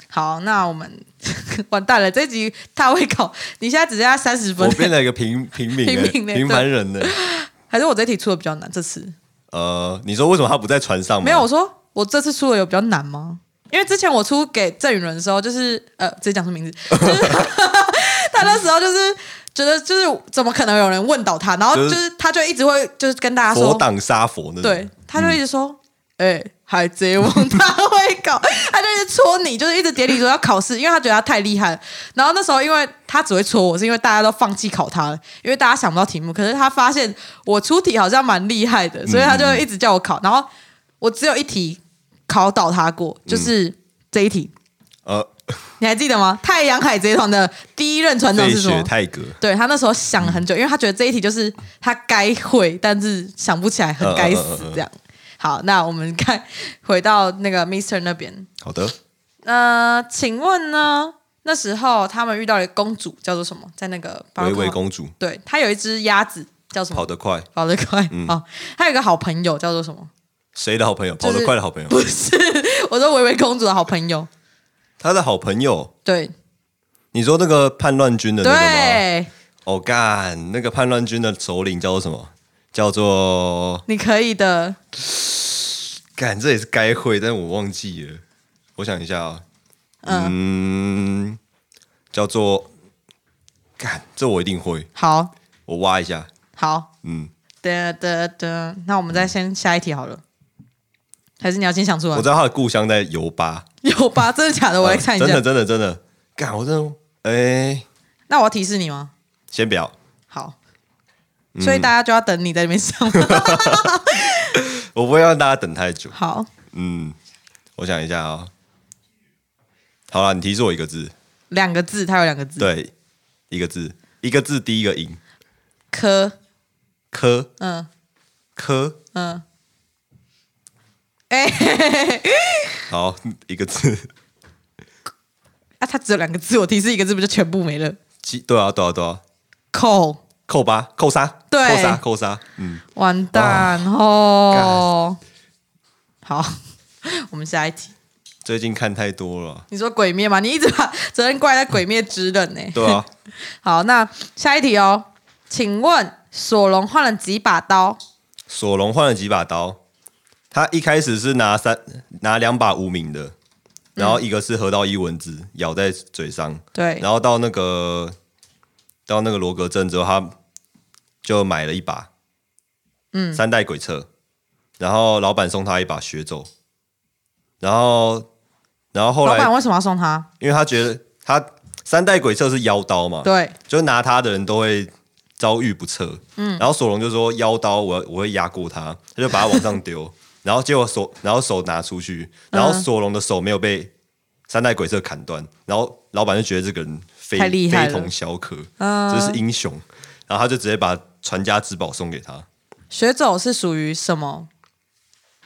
[SPEAKER 2] 好，那我们 (laughs) 完蛋了，这一集他会考，你现在只剩下三十分
[SPEAKER 3] 我，变了一个平 (laughs) 平民欸，
[SPEAKER 2] 平民欸
[SPEAKER 3] 平凡人呢，
[SPEAKER 2] (laughs) 还是我这一题出的比较难？这次
[SPEAKER 3] 呃，你说为什么他不在船上吗？
[SPEAKER 2] 没有，我说我这次出的有比较难吗？因为之前我出给郑宇伦的时候，就是呃，直接讲出名字，就是 (laughs) 他那时候就是觉得就是怎么可能有人问倒他，然后
[SPEAKER 3] 就
[SPEAKER 2] 就是是他就一直会就是跟大家说
[SPEAKER 3] 佛，挡杀佛那种，
[SPEAKER 2] 对，他就一直说，哎、海贼王他会考，他就一直戳你，就是一直叠你说要考试，因为他觉得他太厉害了。然后那时候，因为他只会戳我，是因为大家都放弃考他了，因为大家想不到题目。可是他发现我出题好像蛮厉害的，所以他
[SPEAKER 3] 嗯
[SPEAKER 2] 就一直叫我考。然后我只有一题考倒他过，
[SPEAKER 3] 嗯
[SPEAKER 2] 就是这一题，
[SPEAKER 3] 呃，
[SPEAKER 2] 你还记得吗？太阳海贼团的第一任船长
[SPEAKER 3] 费
[SPEAKER 2] 是什么
[SPEAKER 3] 雪？泰格，
[SPEAKER 2] 对他那时候想了很久，因为他觉得这一题就是他该会，但是想不起来，很该死这样。好，那我们看回到那个 Mister 那边，
[SPEAKER 3] 好的，
[SPEAKER 2] 呃，请问呢，那时候他们遇到了一个公主叫做什么？在那个巴洛
[SPEAKER 3] 维
[SPEAKER 2] 克
[SPEAKER 3] 维公主
[SPEAKER 2] 对，她有一只鸭子叫什么？
[SPEAKER 3] 跑得快，
[SPEAKER 2] 跑得快哦，她有一个好朋友叫做什么？
[SPEAKER 3] 谁的好朋友？
[SPEAKER 2] 就
[SPEAKER 3] 跑
[SPEAKER 2] 是
[SPEAKER 3] 得快的好朋友，
[SPEAKER 2] (laughs) 不是，我说维维公主的好朋友，
[SPEAKER 3] 他的好朋友，
[SPEAKER 2] 对
[SPEAKER 3] 你说那个叛乱军的那个吗？
[SPEAKER 2] 对，
[SPEAKER 3] 哦干，那个叛乱军的首领叫做什么？叫做
[SPEAKER 2] 你可以的，
[SPEAKER 3] 干，这也是该会，但我忘记了。我想一下啊，
[SPEAKER 2] 嗯，
[SPEAKER 3] 嗯，叫做干，这我一定会。
[SPEAKER 2] 好，
[SPEAKER 3] 我挖一下，
[SPEAKER 2] 好，
[SPEAKER 3] 嗯，
[SPEAKER 2] 的的的，啊那我们再先下一题好了，还是你要先想出来
[SPEAKER 3] 我知？道他的故乡在尤巴，
[SPEAKER 2] (laughs)
[SPEAKER 3] 啊
[SPEAKER 2] 有吧？真的假的？我来看一
[SPEAKER 3] 真
[SPEAKER 2] 下
[SPEAKER 3] 的。真的真的，干，我真的，哎、
[SPEAKER 2] 那我要提示你吗？
[SPEAKER 3] 先不要，
[SPEAKER 2] 好，
[SPEAKER 3] 嗯
[SPEAKER 2] 所以大家就要等你在那边想。
[SPEAKER 3] (laughs) 我不会让大家等太久，
[SPEAKER 2] 好，
[SPEAKER 3] 嗯，我想一下啊、好了，你提示我一个字，
[SPEAKER 2] 两个字，它有两个字。，
[SPEAKER 3] 对，一个字，一个字，第一个音，
[SPEAKER 2] 科，
[SPEAKER 3] 科
[SPEAKER 2] 嗯
[SPEAKER 3] 科，
[SPEAKER 2] 嗯，哎、
[SPEAKER 3] (laughs) 好，一个字，
[SPEAKER 2] 啊，它只有两个字，我提示一个字，不就全部没了？
[SPEAKER 3] 七，对啊，对啊，对啊，
[SPEAKER 2] 扣，
[SPEAKER 3] 扣八，扣杀，
[SPEAKER 2] 对
[SPEAKER 3] 扣杀，扣杀，嗯，
[SPEAKER 2] 完蛋哦！好，我们下一题。
[SPEAKER 3] 最近看太多了，
[SPEAKER 2] 你说鬼灭吗？你一直把 (laughs) 责任怪在鬼灭之刃呢、
[SPEAKER 3] 对啊，
[SPEAKER 2] 好，那下一题哦，请问索隆换了几把刀？
[SPEAKER 3] 索隆换了几把刀，他一开始是拿三拿两把无名的，
[SPEAKER 2] 嗯
[SPEAKER 3] 然后一个是河道一文字咬在嘴上，
[SPEAKER 2] 对，
[SPEAKER 3] 然后到那个到那个罗格镇之后，他就买了一把，嗯，三代鬼车，然后老板送他一把血咒，然后然后后
[SPEAKER 2] 老
[SPEAKER 3] 来啊
[SPEAKER 2] 板为什么要送他？
[SPEAKER 3] 因为他觉得他三代鬼策是妖刀嘛，
[SPEAKER 2] 对，
[SPEAKER 3] 就是拿他的人都会遭遇不测。嗯，然后索隆就说妖刀我要我会压过他，他就把他往上
[SPEAKER 2] (laughs)
[SPEAKER 3] 丢，然后结果手然后手拿出去，然
[SPEAKER 2] 嗯
[SPEAKER 3] 后索隆的手没有被三代鬼策砍断，然后老板就觉得这个人非
[SPEAKER 2] 太厉害
[SPEAKER 3] 非
[SPEAKER 2] 了嗯
[SPEAKER 3] 同小可，这是英雄，然后他就直接把传家之宝送给他，
[SPEAKER 2] 血走是属于什么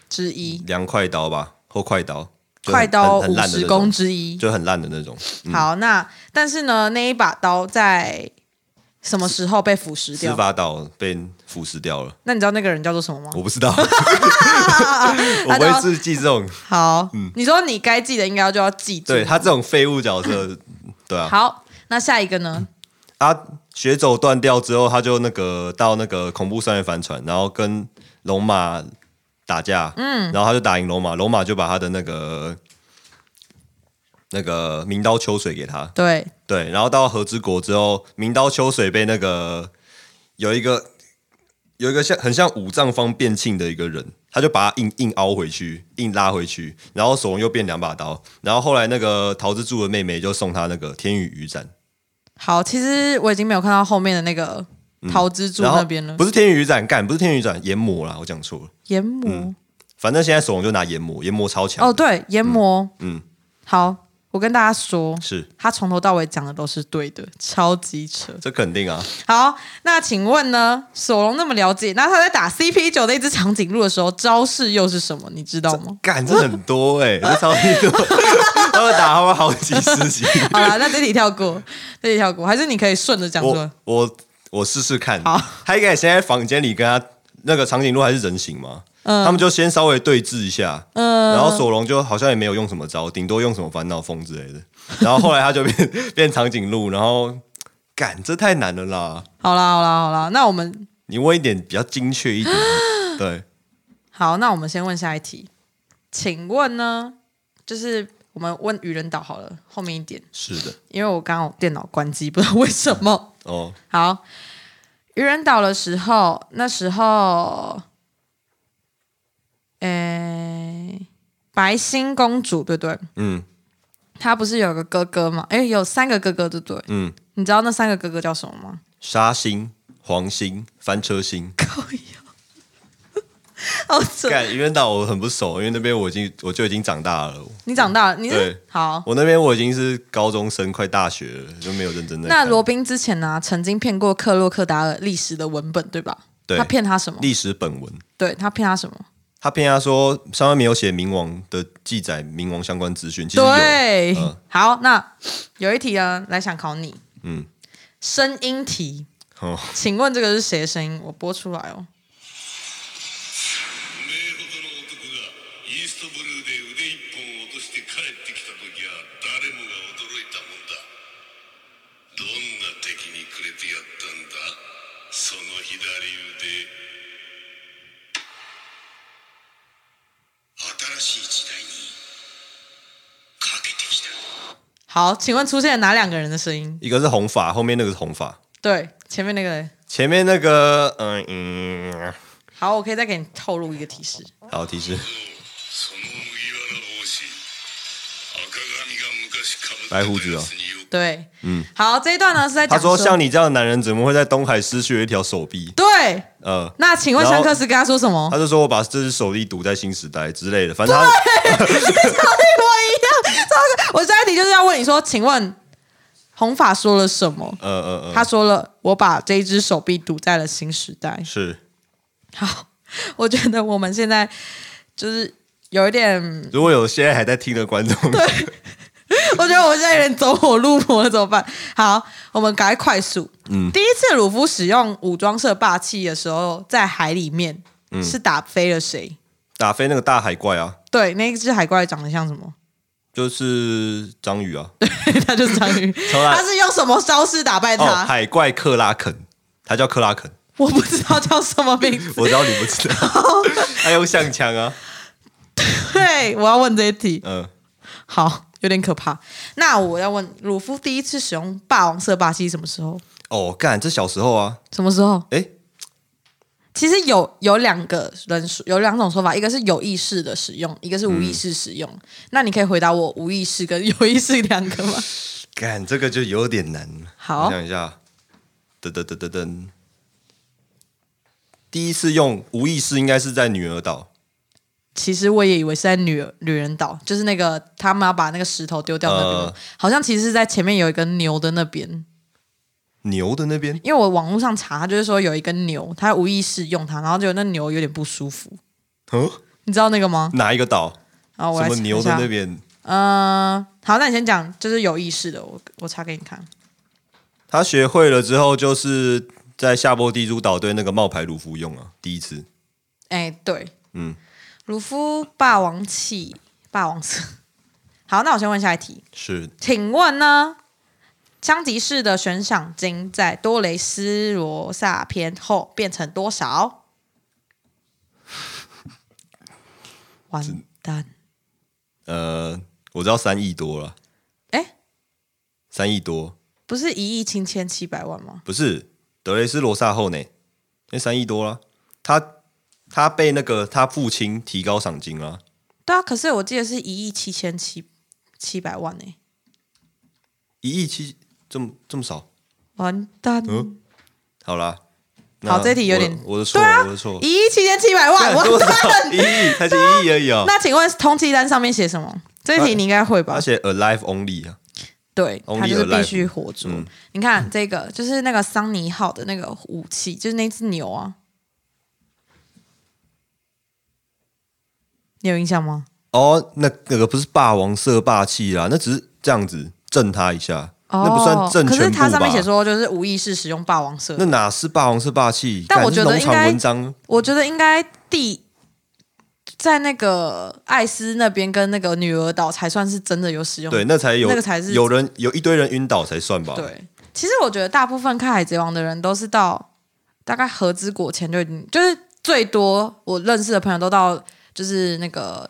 [SPEAKER 2] 之一？
[SPEAKER 3] 两快刀吧或快刀，嗯就很
[SPEAKER 2] 快刀
[SPEAKER 3] 很很
[SPEAKER 2] 五
[SPEAKER 3] 烂的
[SPEAKER 2] 十
[SPEAKER 3] 那种
[SPEAKER 2] 攻之一。
[SPEAKER 3] 就很嗯烂的那种，
[SPEAKER 2] 好，那但是呢，那一把刀在什么时候被腐蚀
[SPEAKER 3] 司
[SPEAKER 2] 掉？哦
[SPEAKER 3] 法岛被腐蚀掉了。
[SPEAKER 2] 那你知道那个人叫做什么吗？ (laughs)
[SPEAKER 3] 我不知道， (laughs) 我不会自记这种，
[SPEAKER 2] 好，你说你该记得应该就要记住。
[SPEAKER 3] 嗯对他这种废物角 (laughs) 色，对啊，
[SPEAKER 2] 好，那下一个呢？
[SPEAKER 3] 嗯他血走断掉之后，他就那个到那个恐怖三人帆船，然后跟龙马打架，嗯，然后他就打赢龙马，龙马就把他的那个那个明刀秋水给他，
[SPEAKER 2] 对，
[SPEAKER 3] 对，然后到和之国之后，明刀秋水被那个有一个有一个像很像五丈方变庆的一个人，他就把他硬硬凹回去，硬拉回去，然后索隆又变两把刀，然后后来那个桃之助的妹妹就送他那个天宇雨伞，
[SPEAKER 2] 好，其实我已经没有看到后面的那个桃之助
[SPEAKER 3] 嗯然后
[SPEAKER 2] 那边了
[SPEAKER 3] 不，是天宇雨伞，干不是天宇雨伞，研磨啦，我讲错了，
[SPEAKER 2] 研
[SPEAKER 3] 嗯
[SPEAKER 2] 磨
[SPEAKER 3] 反正现在索隆就拿研磨，研磨超强，
[SPEAKER 2] 哦，对，研磨。
[SPEAKER 3] 嗯，
[SPEAKER 2] 好，我跟大家说，
[SPEAKER 3] 是
[SPEAKER 2] 他从头到尾讲的都是对的，超级扯。
[SPEAKER 3] 这肯定啊，
[SPEAKER 2] 好，那请问呢，索隆那么了解，那他在打 CP 九的一只长颈鹿的时候，招式又是什么？你知道吗？
[SPEAKER 3] 干这很多哎、这超级多， (laughs) 他们打他们好几十集。
[SPEAKER 2] 好了，那这题跳过， (laughs) 这题跳过，还是你可以顺着讲出来
[SPEAKER 3] 我。我我试试看。
[SPEAKER 2] 好
[SPEAKER 3] 他应该现在房间里跟他那个长颈鹿还是人形嘛，
[SPEAKER 2] 嗯
[SPEAKER 3] 他们就先稍微对峙一下，然后索隆就好像也没有用什么招，顶多用什么烦恼风之类的。然后后来他就变 (laughs) 变长颈鹿，然后干这太难了啦，
[SPEAKER 2] 好啦，好啦，好啦，那我们
[SPEAKER 3] 你问一点比较精确一点。
[SPEAKER 2] (gasps)
[SPEAKER 3] 对，
[SPEAKER 2] 好，那我们先问下一题，请问呢，就是我们问愚人岛好了，后面一点，
[SPEAKER 3] 是的，
[SPEAKER 2] 因为我刚刚我电脑关机，不知道为什么。
[SPEAKER 3] 哦，
[SPEAKER 2] 好，愚人岛的时候，那时候，诶，白星公主对不对？
[SPEAKER 3] 嗯
[SPEAKER 2] 她不是有个哥哥吗？诶，有三个哥哥对不对？
[SPEAKER 3] 嗯，
[SPEAKER 2] 你知道那三个哥哥叫什么吗？
[SPEAKER 3] 沙星、黄星、翻车星。
[SPEAKER 2] 靠腰，好扯！
[SPEAKER 3] 干愚人岛我很不熟，因为那边我已经我就已经长大了。
[SPEAKER 2] 你长大了，你是
[SPEAKER 3] 对
[SPEAKER 2] 好。
[SPEAKER 3] 我那边我已经是高中生，快大学了，就没有认真在看。
[SPEAKER 2] 那罗宾之前呢、曾经骗过克洛克达尔历史的文本，对吧？
[SPEAKER 3] 对
[SPEAKER 2] 他骗他什么？
[SPEAKER 3] 历史本文，
[SPEAKER 2] 对他骗他什么？
[SPEAKER 3] 他骗他说上面没有写冥王的记载，冥王相关资讯，其实有。
[SPEAKER 2] 对，
[SPEAKER 3] 嗯
[SPEAKER 2] 好，那有一题呢，来想考你，
[SPEAKER 3] 嗯，
[SPEAKER 2] 声音题，
[SPEAKER 3] 哦，
[SPEAKER 2] 请问这个是谁的声音？我播出来哦。
[SPEAKER 4] 名ほどの男がイーストブルーで腕一本落として帰ってきた時は誰もが驚いたもんだどんな敵にくれてやったんだその左腕新しい時代にかけてきた
[SPEAKER 2] 好，请问出现了哪两个人的声音？
[SPEAKER 3] 一个是红发，后面那个是红发，
[SPEAKER 2] 对，前面那个人
[SPEAKER 3] 前面那个，嗯嗯，
[SPEAKER 2] 好，我可以再给你透露一个提示，
[SPEAKER 3] 好提示，
[SPEAKER 4] その麦わら帽子赤髪が昔かぶってた
[SPEAKER 3] 白
[SPEAKER 4] や
[SPEAKER 3] 胡子哦
[SPEAKER 4] つによく
[SPEAKER 2] 对，嗯，好，这一段呢是在
[SPEAKER 3] 他
[SPEAKER 2] 讲
[SPEAKER 3] 说像你这样的男人怎么会在东海失去了一条手臂？
[SPEAKER 2] 对，
[SPEAKER 3] 呃，
[SPEAKER 2] 那请问
[SPEAKER 3] 然
[SPEAKER 2] 香
[SPEAKER 3] 后
[SPEAKER 2] 克斯跟他说什么
[SPEAKER 3] 他？就说我把这只手臂堵在新时代之类的，反正他
[SPEAKER 2] (laughs) 一模一样。超我下一题就是要问你说，请问红发说了什么？
[SPEAKER 3] 呃呃
[SPEAKER 2] 他
[SPEAKER 3] 呃，
[SPEAKER 2] 说了，我把这一只手臂堵在了新时代。
[SPEAKER 3] 是。
[SPEAKER 2] 好，我觉得我们现在就是有一点，
[SPEAKER 3] 如果有现在还在听的观众，
[SPEAKER 2] (laughs) 我觉得我现在有点走火入魔了，怎么办？好，我们赶快快速。嗯，第一次鲁夫使用武装色霸气的时候，在海里面、
[SPEAKER 3] 嗯
[SPEAKER 2] 是打飞了谁？
[SPEAKER 3] 打飞那个大海怪啊，
[SPEAKER 2] 对，那一只海怪长得像什么？ (laughs)
[SPEAKER 3] 就是章鱼啊，
[SPEAKER 2] 他就是章鱼。
[SPEAKER 3] 重来
[SPEAKER 2] 他是用什么招式打败他？
[SPEAKER 3] 哦，海怪克拉肯，他叫克拉肯，
[SPEAKER 2] 我不知道叫什么名
[SPEAKER 3] (laughs)
[SPEAKER 2] 字。
[SPEAKER 3] 我知道你不
[SPEAKER 2] (laughs)
[SPEAKER 3] 知道，他用象枪啊，
[SPEAKER 2] 对，我要问这一题。
[SPEAKER 3] 嗯，
[SPEAKER 2] 好，有点可怕。那我要问，鲁夫第一次使用霸王色霸气什么时候？
[SPEAKER 3] 哦，干，这小时候啊，
[SPEAKER 2] 什么时候？
[SPEAKER 3] 诶，
[SPEAKER 2] 其实有有两个人说有两种说法，一个是有意识的使用，一个是无
[SPEAKER 3] 嗯
[SPEAKER 2] 意识使用。那你可以回答我无意识跟有意识两
[SPEAKER 3] (laughs)
[SPEAKER 2] 个吗？
[SPEAKER 3] 干这个就有点难了。
[SPEAKER 2] 好
[SPEAKER 3] 我想一下，噔噔噔噔噔，第一次用无意识应该是在女儿岛，
[SPEAKER 2] 其实我也以为是在女女人岛，就是那个他们要把那个石头丢掉那边，
[SPEAKER 3] 呃
[SPEAKER 2] 好像其实是在前面有一根牛的那边。
[SPEAKER 3] 牛的那边
[SPEAKER 2] 因为我网络上查，他就是说有一根牛，他无意识用它，然后就那牛有点不舒服，
[SPEAKER 3] 嗯，
[SPEAKER 2] 你知道那个吗？
[SPEAKER 3] 哪一个岛？
[SPEAKER 2] 然后我
[SPEAKER 3] 什
[SPEAKER 2] 来
[SPEAKER 3] 么
[SPEAKER 2] 查
[SPEAKER 3] 牛
[SPEAKER 2] 一
[SPEAKER 3] 的
[SPEAKER 2] 下
[SPEAKER 3] 那。边？
[SPEAKER 2] 嗯，好，那你先讲，就是有意识的，我我查给你看。
[SPEAKER 3] 他学会了之后，就是在下波地主岛对那个冒牌鲁夫用啊，第一次。
[SPEAKER 2] 哎，对，
[SPEAKER 3] 嗯，
[SPEAKER 2] 鲁夫霸王气，霸王色。好，那我先问下一题，
[SPEAKER 3] 是
[SPEAKER 2] 请问呢，枪击式的悬赏金在多雷斯罗萨篇后变成多
[SPEAKER 3] (laughs)
[SPEAKER 2] 少？完蛋！
[SPEAKER 3] 呃，我知道三亿多了，
[SPEAKER 2] 哎，
[SPEAKER 3] 三亿多
[SPEAKER 2] 不是一亿七千七百万吗？
[SPEAKER 3] 不是德雷斯罗萨后呢？那三亿多了，他他被那个他父亲提高赏金了。
[SPEAKER 2] 对啊，可是我记得是一亿七千七七百万呢、欸
[SPEAKER 3] 一亿七这么这么少？
[SPEAKER 2] 完蛋！
[SPEAKER 3] 嗯好啦，那
[SPEAKER 2] 好，这题有点
[SPEAKER 3] 我的我的错，
[SPEAKER 2] 对啊
[SPEAKER 3] 我的错，
[SPEAKER 2] 一亿七千七百万，
[SPEAKER 3] 干
[SPEAKER 2] 完
[SPEAKER 3] (laughs) 多少
[SPEAKER 2] 蛋！
[SPEAKER 3] 一亿，才一亿而已哦。
[SPEAKER 2] 啊那请问通缉单上面写什么？这一题你应该会吧
[SPEAKER 3] 而？且 alive only 啊，
[SPEAKER 2] 对，
[SPEAKER 3] only
[SPEAKER 2] 它就是必
[SPEAKER 3] alive
[SPEAKER 2] 须活捉。
[SPEAKER 3] 嗯
[SPEAKER 2] 你看这个，就是那个桑尼号的那个武器，就是那只牛啊，你有印象吗？
[SPEAKER 3] 哦，那那个不是霸王色霸气啦，那只是这样子震他一下，那不算震
[SPEAKER 2] 哦可是
[SPEAKER 3] 全部
[SPEAKER 2] 它上面写
[SPEAKER 3] 吧？
[SPEAKER 2] 说就是无意识使用霸王色
[SPEAKER 3] 那，哪是霸王色霸气？
[SPEAKER 2] 但
[SPEAKER 3] 干
[SPEAKER 2] 我
[SPEAKER 3] 是
[SPEAKER 2] 觉得
[SPEAKER 3] 农
[SPEAKER 2] 应
[SPEAKER 3] 场
[SPEAKER 2] 该
[SPEAKER 3] 文章
[SPEAKER 2] 我觉得应该第在那个艾斯那边跟那个女儿岛才算是真的有使用，
[SPEAKER 3] 对，那才有
[SPEAKER 2] 那个才是
[SPEAKER 3] 有人有一堆人晕倒才算吧？，
[SPEAKER 2] 对，其实我觉得大部分看《海贼王》的人都是到大概和之国前就已经，就是最多我认识的朋友都到就是那个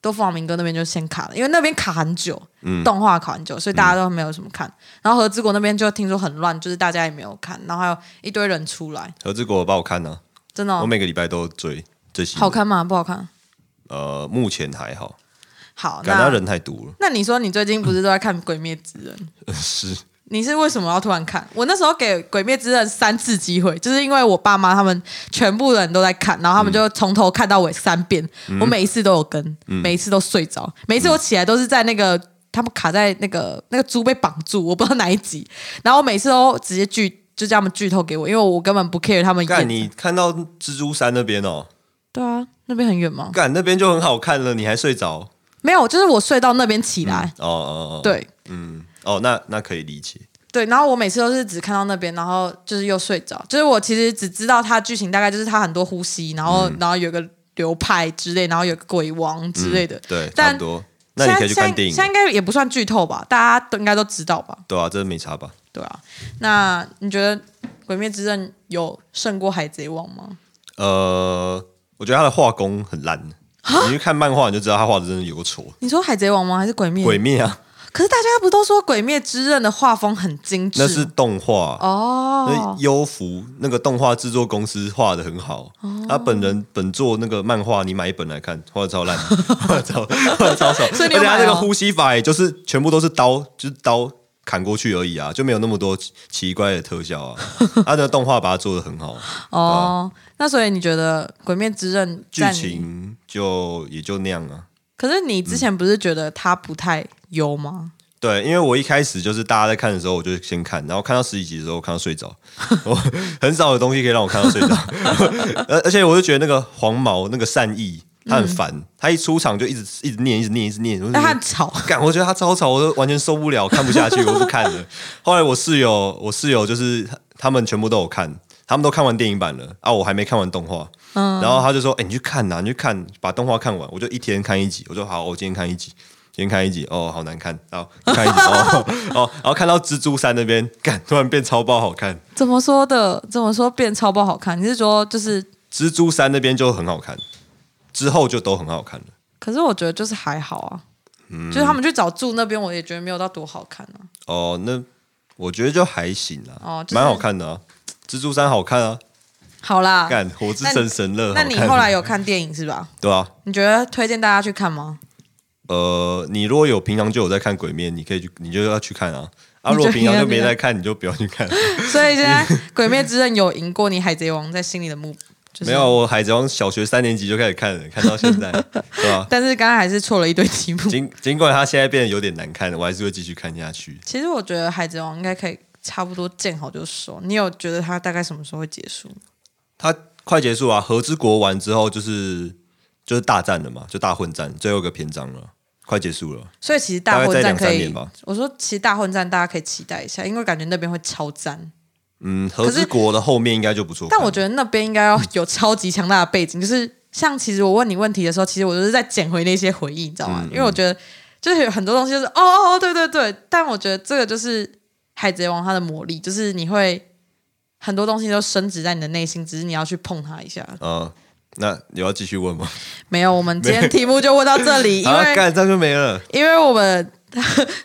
[SPEAKER 2] 多弗朗明哥那边就先卡了，因为那边卡很久，
[SPEAKER 3] 嗯
[SPEAKER 2] 动画卡很久，所以大家都没有什么看。然后和之国那边就听说很乱，就是大家也没有看，然后还有一堆人出来，
[SPEAKER 3] 何志国把我看呢、啊
[SPEAKER 2] 真的哦、
[SPEAKER 3] 我每个礼拜都追这些，
[SPEAKER 2] 好看吗？不好看。
[SPEAKER 3] 呃，目前还好，
[SPEAKER 2] 好，
[SPEAKER 3] 感到
[SPEAKER 2] 那
[SPEAKER 3] 人太多了，
[SPEAKER 2] 那你说你最近不是都在看《鬼灭之刃》？
[SPEAKER 3] (laughs) 是。
[SPEAKER 2] 你是为什么要突然看？我那时候给《鬼灭之刃》三次机会，就是因为我爸妈他们全部人都在看，然后他们就从头看到尾三遍，
[SPEAKER 3] 嗯
[SPEAKER 2] 我每一次都有跟，每一次都睡着，每一次我起来都是在那个。他们卡在那个那个猪被绑住，我不知道哪一集。然后我每次都直接剧，就叫他们剧透给我，因为我根本不 care 他们演
[SPEAKER 3] 干，
[SPEAKER 2] 的。
[SPEAKER 3] 你看到蜘蛛山那边哦，
[SPEAKER 2] 对啊，那边很远吗？
[SPEAKER 3] 干那边就很好看了，你还睡着？
[SPEAKER 2] 没有，就是我睡到那边起来。
[SPEAKER 3] 哦哦哦，，
[SPEAKER 2] 对，
[SPEAKER 3] 嗯，哦，那那可以理解。
[SPEAKER 2] 对，然后我每次都是只看到那边，然后就是又睡着。就是我其实只知道它剧情大概就是它很多呼吸，然
[SPEAKER 3] 嗯
[SPEAKER 2] 后、然后有个流派之类，然后有个鬼王之类的。
[SPEAKER 3] 嗯对，差
[SPEAKER 2] 但
[SPEAKER 3] 不多。那你可以去看电影
[SPEAKER 2] 现在，现在应该也不算剧透吧，大家都应该都知道吧？
[SPEAKER 3] 对啊，这没差吧？
[SPEAKER 2] 对啊。那你觉得《鬼灭之刃》有胜过《海贼王》吗？
[SPEAKER 3] 呃，我觉得他的画
[SPEAKER 2] 啊
[SPEAKER 3] 工很烂，你去看漫画你就知道他画的真的有个丑。
[SPEAKER 2] 你说《海贼王》吗？还是《鬼灭》？
[SPEAKER 3] 鬼灭啊，
[SPEAKER 2] 可是大家不都说《鬼灭之刃》的画风很精致？
[SPEAKER 3] 那是动画那
[SPEAKER 2] 哦，
[SPEAKER 3] 优福那个动画制作公司画的很好，他本人本作那个漫画，你买一本来看，画的
[SPEAKER 2] (laughs)
[SPEAKER 3] 超烂，画的超画的超丑，
[SPEAKER 2] 所
[SPEAKER 3] 而
[SPEAKER 2] 以你有
[SPEAKER 3] 且他
[SPEAKER 2] 买
[SPEAKER 3] 那个
[SPEAKER 2] 哦
[SPEAKER 3] 呼吸法也就是全部都是刀，就是刀砍过去而已啊，就没有那么多奇奇怪的特效啊。他的动画把它做的
[SPEAKER 2] (laughs)
[SPEAKER 3] 很好，
[SPEAKER 2] 哦，那所以你觉得《鬼灭之刃》
[SPEAKER 3] 啊剧
[SPEAKER 2] 在你？
[SPEAKER 3] 情就也就那样啊。
[SPEAKER 2] 可是你之前不是觉得它不太优吗？
[SPEAKER 3] 对，因为我一开始就是大家在看的时候，我就先看，然后看到十几集的时候，我看到睡着。我 (laughs) 很少有东西可以让我看到睡着， (laughs) 而而且我就觉得那个黄毛那个善意，他很烦，他一出场就一直一直念，一直念，一直念。我就
[SPEAKER 2] 但
[SPEAKER 3] 觉
[SPEAKER 2] 它
[SPEAKER 3] 得
[SPEAKER 2] 很吵， (laughs)
[SPEAKER 3] (laughs) 干，我觉得他超吵，我都完全受不了，看不下去，我不看
[SPEAKER 2] (laughs)
[SPEAKER 3] 了。后来我室友，我室友就是他们全部都有看，他们都看完电影版了啊，我还没看完动画。
[SPEAKER 2] 嗯
[SPEAKER 3] 然后他就说：“哎、你去看呐、你去看，把动画看完。”我就一天看一集，我说：“好，我今天看一集。”今天看一集哦，好难看，然后看一集哦 (laughs) 哦，然后看到蜘蛛山那边，干突然变超爆好看，
[SPEAKER 2] 怎么说的？怎么说变超不好看？你是说就是？
[SPEAKER 3] 蜘蛛山那边就很好看，之后就都很好看了。
[SPEAKER 2] 可是我觉得就是还好啊，
[SPEAKER 3] 嗯
[SPEAKER 2] 就是他们去找住那边，我也觉得没有到多好看啊。
[SPEAKER 3] 哦，那我觉得就还行啦，
[SPEAKER 2] 哦就是
[SPEAKER 3] 蛮好看的啊。蜘蛛山好看啊，
[SPEAKER 2] 好啦，
[SPEAKER 3] 干火之神神乐，
[SPEAKER 2] 那
[SPEAKER 3] 好
[SPEAKER 2] 你
[SPEAKER 3] 看
[SPEAKER 2] 后来有看电影是吧？
[SPEAKER 3] 对啊？
[SPEAKER 2] 你觉得推荐大家去看
[SPEAKER 3] (laughs)
[SPEAKER 2] 吗？
[SPEAKER 3] 呃，你如果有平常就有在看鬼面，你可以去，你就要去看啊。啊，如果平常就没在看，你就不要去看。
[SPEAKER 2] 所以现在《鬼灭之刃》有赢过你《海贼王》在心里的目，就是
[SPEAKER 3] (laughs) 没有，，啊我海贼王小学三年级就开始看了，看到现在， (laughs) 对吧、
[SPEAKER 2] 但是刚刚还是错了一堆题目。
[SPEAKER 3] (laughs) 尽尽管它现在变得有点难看，我还是会继续看下去。
[SPEAKER 2] 其实我觉得《海贼王》应该可以差不多见好就收。你有觉得它大概什么时候会结束？
[SPEAKER 3] 它快结束啊，和之国完之后就是就是大战了嘛，就大混战，最后一个篇章了，快结束了。
[SPEAKER 2] 所以其实大混战
[SPEAKER 3] 大概在两三
[SPEAKER 2] 可以
[SPEAKER 3] 年吧，
[SPEAKER 2] 我说其实大混战大家可以期待一下，因为感觉那边会超赞。
[SPEAKER 3] 嗯，和之国的后面应该就不错看
[SPEAKER 2] 但
[SPEAKER 3] 了。
[SPEAKER 2] 我觉得那边应该要有超级强大的背景，就是像其实我问你问题的时候，其实我就是在捡回那些回忆，你知道吗？
[SPEAKER 3] 嗯
[SPEAKER 2] 因为我觉得就是有很多东西就是哦哦哦，对对对，但我觉得这个就是《海贼王》它的魔力，就是你会很多东西都升值在你的内心，只是你要去碰它一下。
[SPEAKER 3] 嗯，那你要继续问吗？
[SPEAKER 2] 没有，我们今
[SPEAKER 3] (laughs)
[SPEAKER 2] 天题目就问到这里，因为
[SPEAKER 3] 啊，干这样就没了。
[SPEAKER 2] 因为我们 (laughs)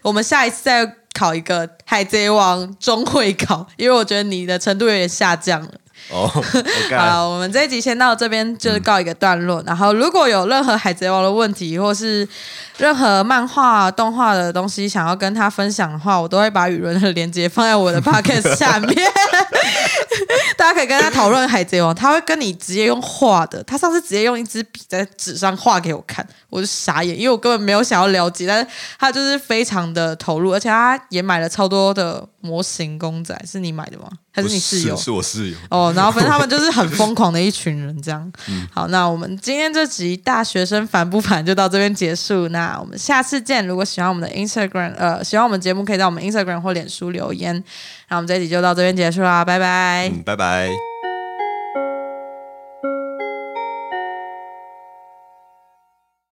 [SPEAKER 2] 我们下一次再考一个《海贼王》中会考，因为我觉得你的程度有点下降了。 (laughs)
[SPEAKER 3] 哦，我
[SPEAKER 2] 好
[SPEAKER 3] 干
[SPEAKER 2] 了，我们这一集先到这边，就是告一个段落。然后，如果有任何海贼王的问题，或是任何漫画、动画的东西想要跟他分享的话，我都会把雨伦的连接放在我的 (laughs) podcast 下面，大家可以跟他讨论海贼王。他会跟你直接用画的，他上次直接用一支笔在纸上画给我看，我就傻眼，因为我根本没有想要了解，但是他就是非常的投入，而且他也买了超多的模型公仔，是你买的吗？还
[SPEAKER 3] 不
[SPEAKER 2] 是你室友？
[SPEAKER 3] 是我室友。
[SPEAKER 2] 哦，然后反正他们就是很疯狂的一群人，这样。好，那我们今天这集大学生烦不烦就到这边结束。那我们下次见。如果喜欢我们的 Instagram，呃，喜欢我们节目，可以在我们 Instagram 或脸书留言。那我们这一集就到这边结束啦，拜拜。
[SPEAKER 3] 嗯，拜拜。